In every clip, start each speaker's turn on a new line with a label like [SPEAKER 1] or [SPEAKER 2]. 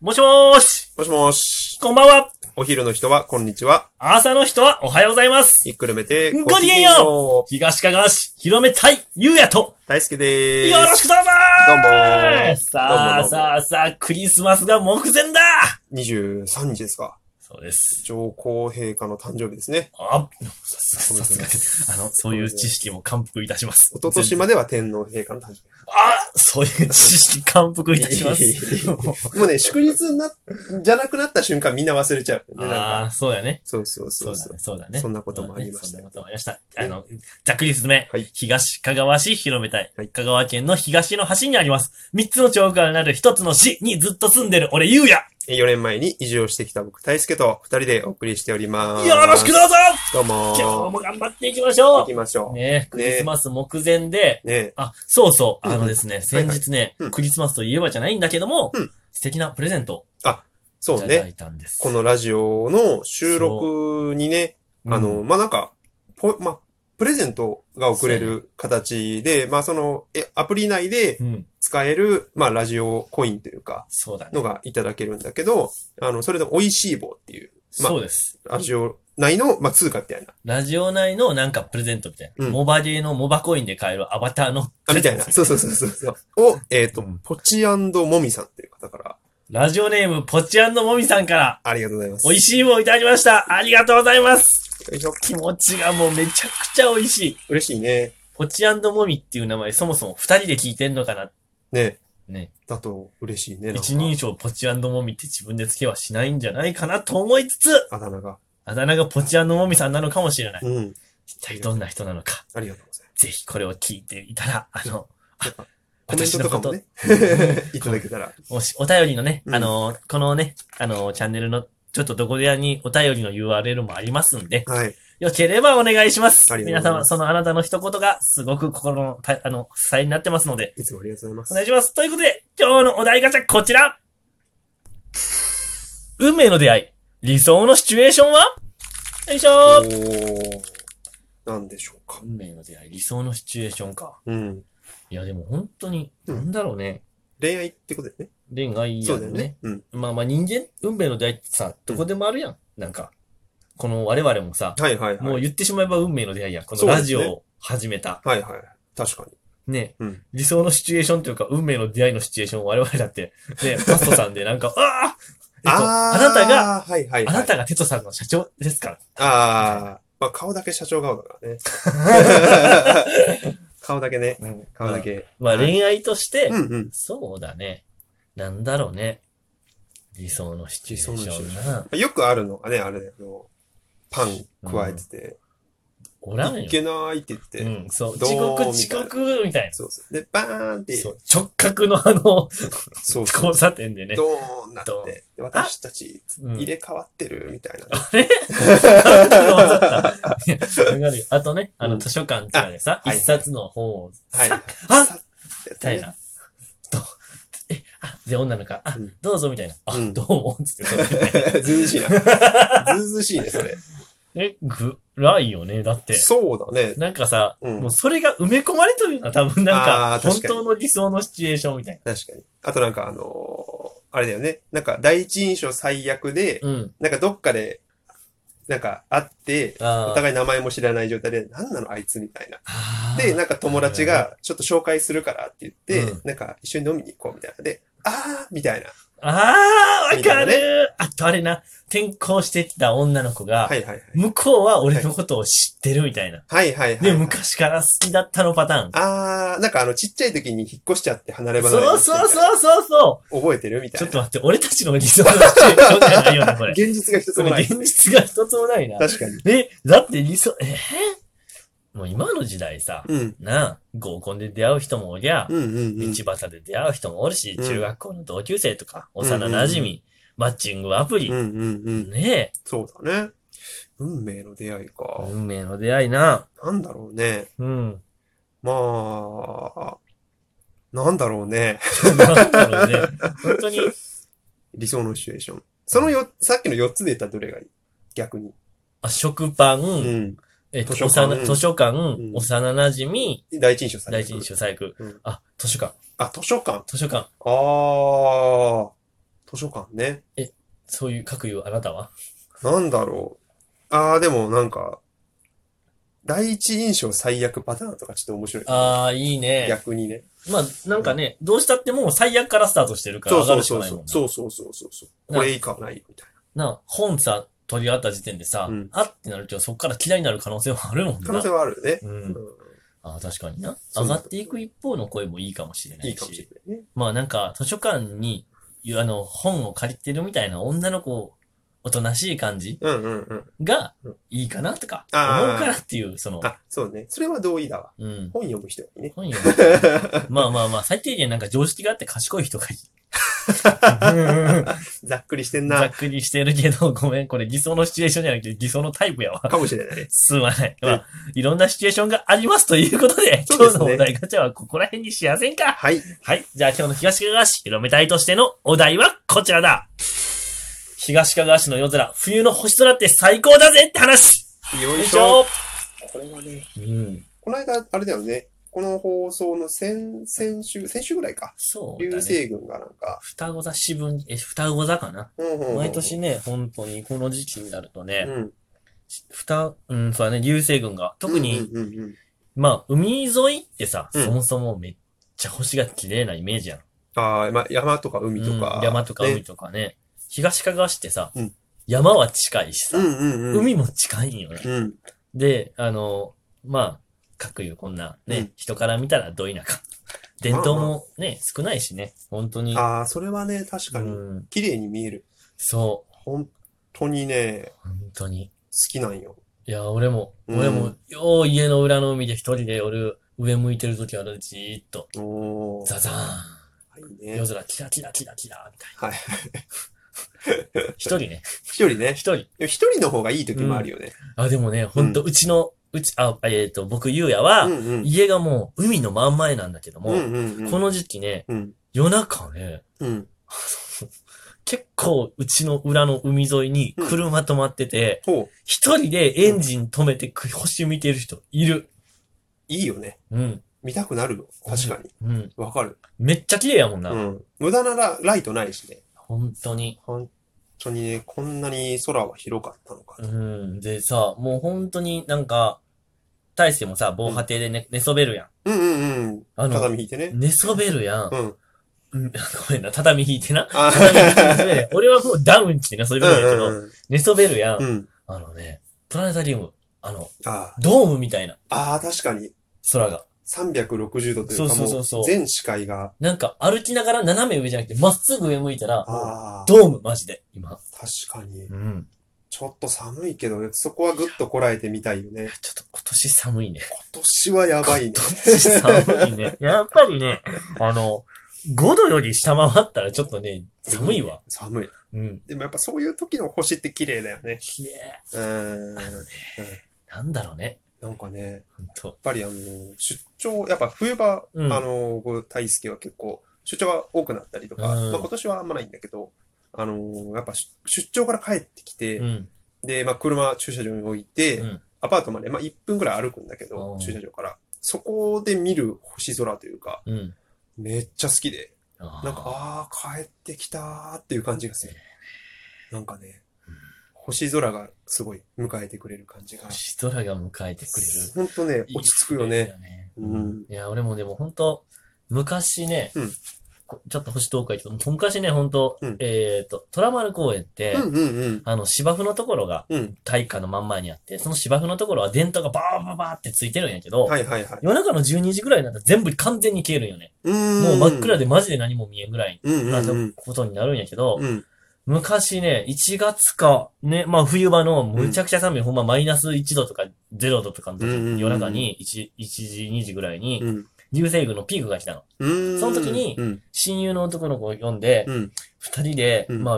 [SPEAKER 1] もしもーし
[SPEAKER 2] もしもし。
[SPEAKER 1] こんばんは
[SPEAKER 2] お昼の人は、こんにちは。
[SPEAKER 1] 朝の人はおはようございます
[SPEAKER 2] ひっくるめて、
[SPEAKER 1] ごきげんよう東かがわ市広めたいゆうやと
[SPEAKER 2] う大好きでーす。
[SPEAKER 1] よろしくどうぞ
[SPEAKER 2] どうも
[SPEAKER 1] さあ
[SPEAKER 2] どうもどうも
[SPEAKER 1] さあさあ、クリスマスが目前だ
[SPEAKER 2] 23日ですか。
[SPEAKER 1] そうです。
[SPEAKER 2] 上皇陛下の誕生日ですね。
[SPEAKER 1] あ、ささすがです。あの、そういう知識も感服いたします。
[SPEAKER 2] 一昨年までは天皇陛下の誕
[SPEAKER 1] あそういう知識感服いたし ます。
[SPEAKER 2] 生日。もうね、祝日にな、じゃなくなった瞬間みんな忘れちゃうよね。なん
[SPEAKER 1] あ
[SPEAKER 2] か
[SPEAKER 1] あ、そうだね。
[SPEAKER 2] そうそうそ
[SPEAKER 1] そう
[SPEAKER 2] う
[SPEAKER 1] だ
[SPEAKER 2] そう
[SPEAKER 1] ね。。そうだね。
[SPEAKER 2] そんなこともありまし
[SPEAKER 1] そん
[SPEAKER 2] た
[SPEAKER 1] なこともありました。あの、ざっくり説明。
[SPEAKER 2] はい
[SPEAKER 1] 東香川市広めたい
[SPEAKER 2] はい。
[SPEAKER 1] 香川県の東の端にあります。三つの町からなる一つの市にずっと住んでる俺、ゆうや。
[SPEAKER 2] 4年前に移住してきた僕、大輔と二人でお送りしております。
[SPEAKER 1] よろしくどうぞ
[SPEAKER 2] どうも
[SPEAKER 1] 今日
[SPEAKER 2] ー。
[SPEAKER 1] も頑張っていきましょ
[SPEAKER 2] 行きまし
[SPEAKER 1] う
[SPEAKER 2] ょ
[SPEAKER 1] ねクリスマス目前で、
[SPEAKER 2] う。ね
[SPEAKER 1] あ、そうそう、
[SPEAKER 2] うん
[SPEAKER 1] あ
[SPEAKER 2] うん
[SPEAKER 1] のですね、先日ね
[SPEAKER 2] うん、
[SPEAKER 1] クリスマスといえばじゃないんだけども
[SPEAKER 2] うん、
[SPEAKER 1] 素敵なプレゼント
[SPEAKER 2] そ
[SPEAKER 1] をいうただ
[SPEAKER 2] ね。
[SPEAKER 1] いたんです。
[SPEAKER 2] このラジオの収録にね、
[SPEAKER 1] うん
[SPEAKER 2] あの、、まあ、なんか、ポまあ、プレゼントが送れる形で、まあ、その、え、アプリ内で
[SPEAKER 1] うん、
[SPEAKER 2] 使える、まあ、ラジオコインというか、
[SPEAKER 1] そうだね。
[SPEAKER 2] のがいただけるんだけど、あの、それでも美味しい棒っていう、まあ
[SPEAKER 1] そうです。
[SPEAKER 2] ラジオ内の、まあ、通貨みたいな、
[SPEAKER 1] ラジオ内のなんかプレゼントみたいな。
[SPEAKER 2] うん
[SPEAKER 1] モバゲーのモバコインで買えるアバターの。
[SPEAKER 2] あ、みたいな。そうそうそうそうそう。を、えっ、と、
[SPEAKER 1] うん
[SPEAKER 2] ポチモミさんっていう方から、
[SPEAKER 1] ラジオネーム、ポチアンのもみさんから、
[SPEAKER 2] ありがとうございます。
[SPEAKER 1] 美味しいをいただきました。ありがとうございます。
[SPEAKER 2] よいしょ
[SPEAKER 1] 気持ちがもうめちゃくちゃ美味しい。
[SPEAKER 2] 嬉しいね。
[SPEAKER 1] ポチアンのもみっていう名前、そもそも二人で聞いてんのかな。
[SPEAKER 2] ね。
[SPEAKER 1] ね。
[SPEAKER 2] だと嬉しいね。なんか
[SPEAKER 1] 一人称ポチアンのもみって自分で付けはしないんじゃないかなと思いつつ、
[SPEAKER 2] あだ名が。
[SPEAKER 1] あだ名がポチアンのもみさんなのかもしれない。
[SPEAKER 2] うん。
[SPEAKER 1] 一体どんな人なのか。
[SPEAKER 2] ありがとうござい
[SPEAKER 1] ぜひこれを聞いていたら、あの、
[SPEAKER 2] ます。なんかコメン
[SPEAKER 1] 私
[SPEAKER 2] ト
[SPEAKER 1] の
[SPEAKER 2] と
[SPEAKER 1] こ
[SPEAKER 2] か
[SPEAKER 1] と
[SPEAKER 2] もね、 いただけたら。
[SPEAKER 1] もし、お便りのね、
[SPEAKER 2] うん
[SPEAKER 1] あのーこのね、あのーチャンネルの、ちょっとどこでやにお便りの URL もありますんで、
[SPEAKER 2] はい。
[SPEAKER 1] よければお願いします。
[SPEAKER 2] あり
[SPEAKER 1] 皆
[SPEAKER 2] がとうござい
[SPEAKER 1] 様、
[SPEAKER 2] ます
[SPEAKER 1] そのあなたの一言がすごく心のた、あの、支えになってますので、
[SPEAKER 2] いつもありがとうございます
[SPEAKER 1] お。願いします。ということで、今日のお題ガチャこちら運命の出会い、理想のシチュエーションはよいしょー
[SPEAKER 2] おなんでしょうか。
[SPEAKER 1] 運命の出会い、理想のシチュエーションか。
[SPEAKER 2] うん。
[SPEAKER 1] いや、でも本当に、
[SPEAKER 2] うん
[SPEAKER 1] なんだろうね。
[SPEAKER 2] 恋愛ってことだよね。
[SPEAKER 1] 恋愛
[SPEAKER 2] そ
[SPEAKER 1] や
[SPEAKER 2] うだ
[SPEAKER 1] ろ
[SPEAKER 2] よ
[SPEAKER 1] ね
[SPEAKER 2] ね。うん。
[SPEAKER 1] まあまあ人間、運命の出会いってさ、どこでもあるやん。なんか、この我々もさ、
[SPEAKER 2] はいはいはい。
[SPEAKER 1] もう言ってしまえば運命の出会いやん。この
[SPEAKER 2] そうですね
[SPEAKER 1] ラジオを始めた。
[SPEAKER 2] はいはい。確かに。
[SPEAKER 1] ね、
[SPEAKER 2] うん
[SPEAKER 1] 理想のシチュエーションというか、運命の出会いのシチュエーションを我々だって、ね、パストさんでなん か、ああえっと、あなたが、
[SPEAKER 2] が、はいはいはい。
[SPEAKER 1] あなたがテトさんの社長ですから。
[SPEAKER 2] ああ、まあ顔だけ社長顔 だからね。顔だけね。顔だけ。
[SPEAKER 1] まあ
[SPEAKER 2] はい
[SPEAKER 1] 恋愛として、
[SPEAKER 2] うんうん。
[SPEAKER 1] そうだね。なんだろうね。理想のシチュエーシ
[SPEAKER 2] 理想
[SPEAKER 1] ョ
[SPEAKER 2] のシ
[SPEAKER 1] ン
[SPEAKER 2] チ
[SPEAKER 1] な。
[SPEAKER 2] よくあるのがね、あれだよあの。パン加えてて、
[SPEAKER 1] おらん
[SPEAKER 2] い
[SPEAKER 1] よ。
[SPEAKER 2] けないって言っ
[SPEAKER 1] う
[SPEAKER 2] て。
[SPEAKER 1] ん、そう。
[SPEAKER 2] どう
[SPEAKER 1] 遅刻、
[SPEAKER 2] みたい
[SPEAKER 1] 遅
[SPEAKER 2] な
[SPEAKER 1] 刻、みたいな。
[SPEAKER 2] そうそう。で、バーンって、
[SPEAKER 1] そ
[SPEAKER 2] そう
[SPEAKER 1] う直角のあの、
[SPEAKER 2] そう。
[SPEAKER 1] 交差点でね。
[SPEAKER 2] ドーンなっ
[SPEAKER 1] ドー
[SPEAKER 2] て、で私たち
[SPEAKER 1] うん
[SPEAKER 2] 入れ替わってるみたいな。
[SPEAKER 1] わかるよあとね、あ
[SPEAKER 2] う
[SPEAKER 1] の
[SPEAKER 2] ん
[SPEAKER 1] 図書館とかでさ、一
[SPEAKER 2] あはい
[SPEAKER 1] 冊の本を、
[SPEAKER 2] はい。
[SPEAKER 1] さ
[SPEAKER 2] あみ
[SPEAKER 1] みたい。な。と、 え、あ、で、女の子が、あ
[SPEAKER 2] うん、
[SPEAKER 1] どうぞみたいな。あ
[SPEAKER 2] う、ん
[SPEAKER 1] どうも、つって。
[SPEAKER 2] ずうずう しいな。ずうずうしいね、それ。
[SPEAKER 1] え、ぐらいよね、だって。
[SPEAKER 2] そうだね。
[SPEAKER 1] なんかさ、
[SPEAKER 2] うん
[SPEAKER 1] もうそれが埋め込まれてるよな、多分なんか、
[SPEAKER 2] あー
[SPEAKER 1] 本
[SPEAKER 2] 確かに
[SPEAKER 1] 当の理想のシチュエーションみたい
[SPEAKER 2] 確かに。あとなんかあのーあれだよね。なんか第一印象最悪で、
[SPEAKER 1] な。うん。
[SPEAKER 2] なんかどっかで、なんか会って、お
[SPEAKER 1] あー
[SPEAKER 2] 互い名前も知らない状態で、なんなのあいつみたいな。
[SPEAKER 1] あー。
[SPEAKER 2] で、なんか友達が、ちょっと紹介するからって言って、
[SPEAKER 1] うん
[SPEAKER 2] なんか一緒に飲みに行こうみたいな。で、あーみたいな。
[SPEAKER 1] あー、わ
[SPEAKER 2] みた
[SPEAKER 1] か
[SPEAKER 2] いな
[SPEAKER 1] る
[SPEAKER 2] ね
[SPEAKER 1] あとあれな、転校してきた女の子が、
[SPEAKER 2] はいはいはい。
[SPEAKER 1] 向こうは俺のことを知ってるみたいな。
[SPEAKER 2] はいはいはい。
[SPEAKER 1] で、昔から好きだったのパターン。
[SPEAKER 2] あー、なんかあの、ちっちゃい時に引っ越しちゃって離れ離れ
[SPEAKER 1] そう
[SPEAKER 2] にしてみた
[SPEAKER 1] そ
[SPEAKER 2] いうな
[SPEAKER 1] そうそうそう。
[SPEAKER 2] 覚えてるみた
[SPEAKER 1] ちょ
[SPEAKER 2] い
[SPEAKER 1] っ
[SPEAKER 2] な。
[SPEAKER 1] と待って、俺たちの理想のシチュエーションじゃないよな、これ。
[SPEAKER 2] 現実が一つ
[SPEAKER 1] こ
[SPEAKER 2] もな
[SPEAKER 1] れ
[SPEAKER 2] い。
[SPEAKER 1] 現実が一つもないな。
[SPEAKER 2] 確かに。
[SPEAKER 1] え、だって理想、えーもう今の時代さ、
[SPEAKER 2] うん。
[SPEAKER 1] なあ、合コンで出会う人もおりゃ、
[SPEAKER 2] うんうん
[SPEAKER 1] 道
[SPEAKER 2] うん。
[SPEAKER 1] 端で出会う人もおるし、
[SPEAKER 2] うん
[SPEAKER 1] 中学校の同級生とか、
[SPEAKER 2] ん
[SPEAKER 1] 幼馴染み、マッチングアプリ、
[SPEAKER 2] うんうんうん。
[SPEAKER 1] ねえ、
[SPEAKER 2] そうだね。運命の出会いか。
[SPEAKER 1] 運命の出会いな。
[SPEAKER 2] なんだろうね。
[SPEAKER 1] うん。
[SPEAKER 2] まあ、なんだろうね。
[SPEAKER 1] なんだろうね。本当に、
[SPEAKER 2] 理想のシチュエーション。そのよ、さっきの4つで言ったらどれがいい逆に。
[SPEAKER 1] あ食パン、
[SPEAKER 2] うん。
[SPEAKER 1] えっと、
[SPEAKER 2] 図書館
[SPEAKER 1] 幼図書館、
[SPEAKER 2] ん
[SPEAKER 1] 幼馴染み、
[SPEAKER 2] 第一印象最
[SPEAKER 1] 第
[SPEAKER 2] 悪
[SPEAKER 1] 一印象最悪
[SPEAKER 2] うん。
[SPEAKER 1] あ、図書館、
[SPEAKER 2] あ、図書館。
[SPEAKER 1] 図書館。
[SPEAKER 2] ああ。図書館ね。
[SPEAKER 1] そういう、各いうあなたは
[SPEAKER 2] なんだろう。ああ、でもなんか、第一印象最悪パターンとかちょっと面白い。
[SPEAKER 1] ああ、いいね。
[SPEAKER 2] 逆にね。
[SPEAKER 1] まあ、なんかね、どうしたってもう最悪からスタートしてるから
[SPEAKER 2] そう
[SPEAKER 1] 上が
[SPEAKER 2] そう
[SPEAKER 1] るしかない
[SPEAKER 2] そうそ
[SPEAKER 1] もん
[SPEAKER 2] う。
[SPEAKER 1] な
[SPEAKER 2] そうそうそうそうそう。
[SPEAKER 1] な
[SPEAKER 2] これ以下はないよみたい
[SPEAKER 1] な、本さ、取り合った時点でさ、
[SPEAKER 2] うん
[SPEAKER 1] あってなるとそっから嫌いになる可能性はあるもん
[SPEAKER 2] な。
[SPEAKER 1] な。
[SPEAKER 2] 可能性はあるよね。
[SPEAKER 1] う
[SPEAKER 2] うん
[SPEAKER 1] ん。ああ、確かにな。
[SPEAKER 2] そう
[SPEAKER 1] 上
[SPEAKER 2] なんだ
[SPEAKER 1] がっていく一方の声もいいかもしれない
[SPEAKER 2] いいかもしれないね。
[SPEAKER 1] まあなんか、図書館に、いうあの、本を借りてるみたいな女の子、おとなしい感じ
[SPEAKER 2] うんうんうん。
[SPEAKER 1] が
[SPEAKER 2] うん、
[SPEAKER 1] いいかなとか、思
[SPEAKER 2] あー
[SPEAKER 1] うかなっていう、その、
[SPEAKER 2] あ、そうね。それは同意だわ。
[SPEAKER 1] うん。
[SPEAKER 2] 本読む人にね。
[SPEAKER 1] 本読む まあまあまあ、最低限なんか常識があって賢い人がい い。
[SPEAKER 2] ざっくりしてん
[SPEAKER 1] ざっ
[SPEAKER 2] な。
[SPEAKER 1] くりしてるけど、ごめん、これ偽装のシチュエーションじゃなくて偽装のタイプや わ。
[SPEAKER 2] かもしれない。
[SPEAKER 1] すまない。まあ、いろんなシチュエーションがありますということで、
[SPEAKER 2] そう
[SPEAKER 1] 今日
[SPEAKER 2] ですね
[SPEAKER 1] のお題ガチャはここら辺にしやせんか。
[SPEAKER 2] はい。
[SPEAKER 1] はい。じゃあ今日の東かがわ市広め隊としてのお題はこちらだ。東かがわ市の夜空、冬の星空って最高だぜって話
[SPEAKER 2] よ
[SPEAKER 1] よ
[SPEAKER 2] い
[SPEAKER 1] い
[SPEAKER 2] し
[SPEAKER 1] し
[SPEAKER 2] ょ。
[SPEAKER 1] ょ
[SPEAKER 2] これがね、
[SPEAKER 1] うん。
[SPEAKER 2] この間、あれだよね。この放送の先、先週、先週ぐらいか。
[SPEAKER 1] そう
[SPEAKER 2] 流
[SPEAKER 1] だね。
[SPEAKER 2] 星群がなんか、
[SPEAKER 1] 双子座四分、え、双子座かな。
[SPEAKER 2] うんうんうん
[SPEAKER 1] 毎年ね、本当にこの時期になるとね、
[SPEAKER 2] うん。
[SPEAKER 1] 双、うん、そうだね、流星群が、特に、
[SPEAKER 2] うんうんうんうん
[SPEAKER 1] まあ、海沿いってさ、
[SPEAKER 2] うん
[SPEAKER 1] そもそもめっちゃ星が綺麗なイメージやん。
[SPEAKER 2] ああ、ま、山とか海とか
[SPEAKER 1] う。ん山とか海
[SPEAKER 2] ね。
[SPEAKER 1] とかね。東かがわ市ってさ、
[SPEAKER 2] うん
[SPEAKER 1] 山は近いしさ、
[SPEAKER 2] うんうんうん。
[SPEAKER 1] 海も近いんよね。
[SPEAKER 2] うん。
[SPEAKER 1] で、あの、まあ、各いうこんなね、
[SPEAKER 2] うん
[SPEAKER 1] 人から見たらど田 舎。伝統もね、少ないしね、本当に。
[SPEAKER 2] ああ、それはね、確か
[SPEAKER 1] う
[SPEAKER 2] に、
[SPEAKER 1] ん、
[SPEAKER 2] 綺麗に見える。
[SPEAKER 1] そう、
[SPEAKER 2] 本当にね、
[SPEAKER 1] 本当に。
[SPEAKER 2] 好きなんよ。
[SPEAKER 1] いや、俺も、
[SPEAKER 2] うん
[SPEAKER 1] 俺も、よう家の裏の海で一人で夜、上向いてる時あるじーっと、
[SPEAKER 2] おー。
[SPEAKER 1] ザザー
[SPEAKER 2] はい
[SPEAKER 1] ン、
[SPEAKER 2] ね
[SPEAKER 1] 夜。空キラキラキラキラ、みたい
[SPEAKER 2] はい。
[SPEAKER 1] な。一人ね、
[SPEAKER 2] 一人ね
[SPEAKER 1] 一。人。
[SPEAKER 2] でも一人の方がいい時もあるよね。
[SPEAKER 1] あ、でもね、ほんと、うちの、うち、あ、えっ、と、僕、ゆうやは、
[SPEAKER 2] うんうん。
[SPEAKER 1] 家がもう、海の真ん前なんだけど
[SPEAKER 2] う
[SPEAKER 1] も、
[SPEAKER 2] んうんうん。
[SPEAKER 1] この時期ね、
[SPEAKER 2] うん。
[SPEAKER 1] 夜中ね、
[SPEAKER 2] うん。
[SPEAKER 1] 結構、うちの裏の海沿いに
[SPEAKER 2] うん
[SPEAKER 1] 車止まってて、
[SPEAKER 2] ほう。
[SPEAKER 1] 一人でエンジン止めてく星見てる人いる。
[SPEAKER 2] いいよね。
[SPEAKER 1] うん。
[SPEAKER 2] 見たくなるよ。確かに。
[SPEAKER 1] うん。
[SPEAKER 2] わかる。
[SPEAKER 1] めっちゃ綺麗やもんな。
[SPEAKER 2] うん。無駄なラライトないしね。
[SPEAKER 1] 本当に。
[SPEAKER 2] 本当にね、こんなに空は広かったのか
[SPEAKER 1] う。ん。でさ、もう本当になんか、大してもさ、防波堤で寝、寝そべるやん。
[SPEAKER 2] うんうんうん。
[SPEAKER 1] あの、
[SPEAKER 2] 畳引いてね。
[SPEAKER 1] 寝そべるやん
[SPEAKER 2] う。ん。
[SPEAKER 1] うん、ごめんな、畳引いてな。
[SPEAKER 2] あ
[SPEAKER 1] 畳引いて寝そべる俺はもうダウン着て寝そべ
[SPEAKER 2] う
[SPEAKER 1] るんやけ
[SPEAKER 2] ん
[SPEAKER 1] ど、
[SPEAKER 2] うん
[SPEAKER 1] 寝そべるや。
[SPEAKER 2] うんん。うん。
[SPEAKER 1] あのね、プラネタリウム、あの、
[SPEAKER 2] あ
[SPEAKER 1] ドームみたいな
[SPEAKER 2] あ、ああ確かに。
[SPEAKER 1] 空が。
[SPEAKER 2] 360度というか
[SPEAKER 1] そうそうそう
[SPEAKER 2] も
[SPEAKER 1] そう
[SPEAKER 2] う、全視界が、
[SPEAKER 1] なんか歩きながら斜め上じゃなくて、まっすぐ上向いたら、もう
[SPEAKER 2] ああ、
[SPEAKER 1] ドームマジで、今。
[SPEAKER 2] 確かに。
[SPEAKER 1] ん。
[SPEAKER 2] ちょっと寒いけど、そこはぐっとこらえてみたいよね。
[SPEAKER 1] ちょっと今年寒いね。
[SPEAKER 2] 今年はやばいね。
[SPEAKER 1] 寒いね。 やっぱりね、あの、5度より下回ったらちょっとね、寒いわ。
[SPEAKER 2] 寒い。
[SPEAKER 1] うん。
[SPEAKER 2] でもやっぱそういう時の星って綺麗だよね。
[SPEAKER 1] ひえ。
[SPEAKER 2] うーん。
[SPEAKER 1] なんだろうね。
[SPEAKER 2] なんかね、やっ
[SPEAKER 1] ほんと。
[SPEAKER 2] ぱりあの、出張、やっぱ冬場、
[SPEAKER 1] うん
[SPEAKER 2] あの、こう大輔は結構、出張が多くなったりとか、
[SPEAKER 1] うん
[SPEAKER 2] まあ今年はあんまないんだけど、あの、やっぱ出出張から帰ってきて、
[SPEAKER 1] うん。
[SPEAKER 2] で、まあ、車、駐車場に置いて、
[SPEAKER 1] うん
[SPEAKER 2] アパートまで、まあ、1分ぐらい歩くんだけど
[SPEAKER 1] お、ー
[SPEAKER 2] 駐車場から。そこで見る星空というか、
[SPEAKER 1] うん。
[SPEAKER 2] めっちゃ好きで、
[SPEAKER 1] あー
[SPEAKER 2] なんか、ああー、帰ってきたーっていう感じがする。なんかね、星空がすごい迎えてくれる感じが。
[SPEAKER 1] 星空が迎えてくれる。
[SPEAKER 2] ほんとね、落ち着くよね。。うん
[SPEAKER 1] いや、俺もでも本当昔ね、
[SPEAKER 2] うん
[SPEAKER 1] こちょっと星遠くへ行って、昔ね、本当
[SPEAKER 2] うん
[SPEAKER 1] えっ、と、虎丸公園って、
[SPEAKER 2] うんうんうん。
[SPEAKER 1] あの、芝生のところが
[SPEAKER 2] うん。
[SPEAKER 1] 体育館の真ん前にあって、その芝生のところは電灯がバーバーバーってついてるんやけど、
[SPEAKER 2] はいはいはい。
[SPEAKER 1] 夜中の12時ぐらいになったら全部完全に消えるんよね。
[SPEAKER 2] うーん。
[SPEAKER 1] もう真っ暗でマジで何も見えんぐらい
[SPEAKER 2] うんうん
[SPEAKER 1] な
[SPEAKER 2] うん。
[SPEAKER 1] ことになるんやけど、
[SPEAKER 2] うん。
[SPEAKER 1] 昔ね、1月か、ね、まあ冬場のむちゃくちゃ寒い、ほんまマイナス1度とか0度とかの時、
[SPEAKER 2] うんうんうんうん
[SPEAKER 1] 夜中に 1, 1時、2時ぐらいに、
[SPEAKER 2] うん。
[SPEAKER 1] 流星群のピークが来たの。
[SPEAKER 2] うーん
[SPEAKER 1] その時に
[SPEAKER 2] うん。
[SPEAKER 1] 親友の男の子を呼んで、
[SPEAKER 2] うん。
[SPEAKER 1] 二人で、
[SPEAKER 2] うん
[SPEAKER 1] ま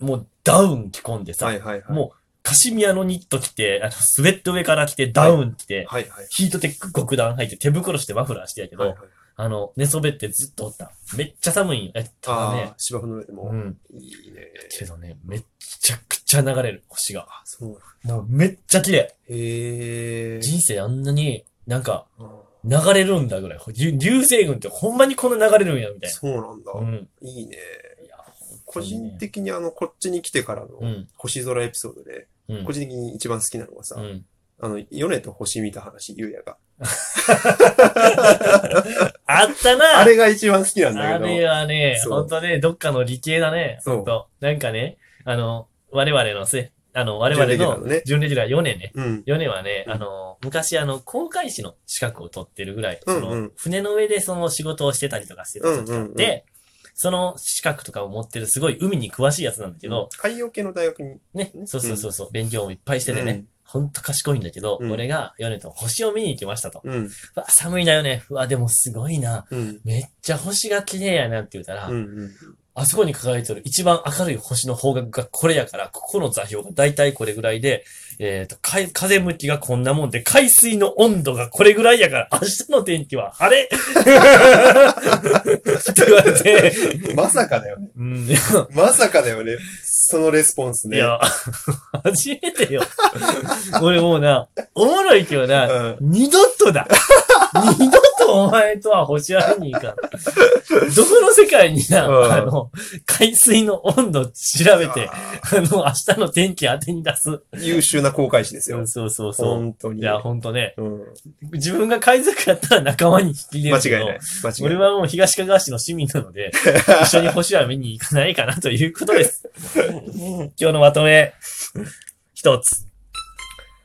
[SPEAKER 1] あ、もうダウン着込んでさ、
[SPEAKER 2] はいはいはい。
[SPEAKER 1] もカシミヤのニット着て、あのスウェット上から着て、ダウン着て、
[SPEAKER 2] はいはい。
[SPEAKER 1] ヒートテック極弾履いて、手袋してマフラーしてやけど、
[SPEAKER 2] はいはい。
[SPEAKER 1] あの、寝そべってずっとおった。めっちゃ寒いんよ。えっただ
[SPEAKER 2] あ
[SPEAKER 1] ね
[SPEAKER 2] あ、。芝生の上で
[SPEAKER 1] う
[SPEAKER 2] も。
[SPEAKER 1] ん。
[SPEAKER 2] いいね。
[SPEAKER 1] けどね、めっちゃくちゃ流れる、星が。
[SPEAKER 2] あ、そうなんだ。
[SPEAKER 1] もうめっちゃ綺麗。
[SPEAKER 2] へえ。
[SPEAKER 1] 人生あんなに、なんか、
[SPEAKER 2] あ
[SPEAKER 1] 流れるんだぐらい。流流星群ってほんまにこんな流れるんや、みたい
[SPEAKER 2] そうなんだ
[SPEAKER 1] な。う。ん。
[SPEAKER 2] いいね。
[SPEAKER 1] いや、本
[SPEAKER 2] 個人的にあの、こっちに来てから
[SPEAKER 1] う
[SPEAKER 2] の
[SPEAKER 1] ん。
[SPEAKER 2] 星空エピソードで、
[SPEAKER 1] うん
[SPEAKER 2] 個。人的に一番好きなのはさ
[SPEAKER 1] う、ん。
[SPEAKER 2] あの、米と星見た話、ゆうやが。
[SPEAKER 1] あったな
[SPEAKER 2] あれが一番好きなん
[SPEAKER 1] あ
[SPEAKER 2] だけ
[SPEAKER 1] れ
[SPEAKER 2] ど、
[SPEAKER 1] はね、
[SPEAKER 2] そう
[SPEAKER 1] ほんとね、どっかの理系だね。
[SPEAKER 2] そう
[SPEAKER 1] ほんと。なんかね、あの、我々のせ、あの、我々
[SPEAKER 2] 準レギュラー
[SPEAKER 1] の
[SPEAKER 2] のね
[SPEAKER 1] 準レギュラー4年ね。
[SPEAKER 2] うん。
[SPEAKER 1] 4年はね、
[SPEAKER 2] うん
[SPEAKER 1] あの、昔あの、航海士の資格を取ってるぐらい、
[SPEAKER 2] うんうん
[SPEAKER 1] その船の上でその仕事をしてたりとかしてた時があって、
[SPEAKER 2] うんうん
[SPEAKER 1] その資格とかを持ってるすごい海に詳しいやつなんだけど、
[SPEAKER 2] 海洋系の大学に、
[SPEAKER 1] ね、
[SPEAKER 2] うん
[SPEAKER 1] そうそうそうそう、勉強もいっぱいしててね、
[SPEAKER 2] うん
[SPEAKER 1] ほんと賢いんだけど、
[SPEAKER 2] うん
[SPEAKER 1] 俺がヨネと星を見に行きましたと。
[SPEAKER 2] うん、
[SPEAKER 1] うわ、寒いだよね。うわ、でもすごいな。
[SPEAKER 2] うん、
[SPEAKER 1] めっちゃ星が綺麗やなって言うたら、
[SPEAKER 2] うん、うん。
[SPEAKER 1] あそこに輝いてる一番明るい星の方角がこれやから、ここの座標がだいたいこれぐらいで、えっ、と、かい風向きがこんなもんで、海水の温度がこれぐらいやから、明日の天気は晴れ って言われて、
[SPEAKER 2] まさかだよね。
[SPEAKER 1] うん、
[SPEAKER 2] まさかだよね。そのレスポンス
[SPEAKER 1] い
[SPEAKER 2] ね。
[SPEAKER 1] や、 初めてよ。 俺もうな、おもろいけどな、
[SPEAKER 2] うん
[SPEAKER 1] 二度とだ。二度とお前とは星ありに行かん。どこの世界にな、
[SPEAKER 2] うん
[SPEAKER 1] あの、海水の温度調べて、
[SPEAKER 2] あ
[SPEAKER 1] あの、明日の天気当てに出す。
[SPEAKER 2] ー優秀な航海士です
[SPEAKER 1] そ
[SPEAKER 2] よ
[SPEAKER 1] う。そうそうそう。
[SPEAKER 2] 本当に。
[SPEAKER 1] いや、ほんとね。
[SPEAKER 2] うん
[SPEAKER 1] 自分が海賊やったら仲間に引き入れ
[SPEAKER 2] 間
[SPEAKER 1] るけど。
[SPEAKER 2] 違いない。間違いない。
[SPEAKER 1] 俺はもう東かがわ市の市民なの で、一緒に星は見に行かないかなということです。今日のまとめ。一つ。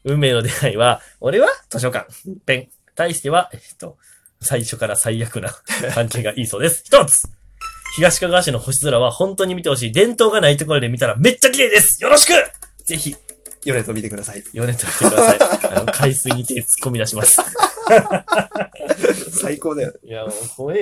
[SPEAKER 1] 運命の出会いは、俺は図書館、ペン。大しては、えっと、最初から最悪な関係がいいそうです。一つ。東かがわ市の星空は本当に見てほしい。伝統がないところで見たらめっちゃ綺麗ですよろしくぜひ、
[SPEAKER 2] ヨネと見てください。
[SPEAKER 1] 4年とってください。あの、海水に手突っ込み出します。
[SPEAKER 2] 最高だよね。
[SPEAKER 1] いや、もう怖えよ。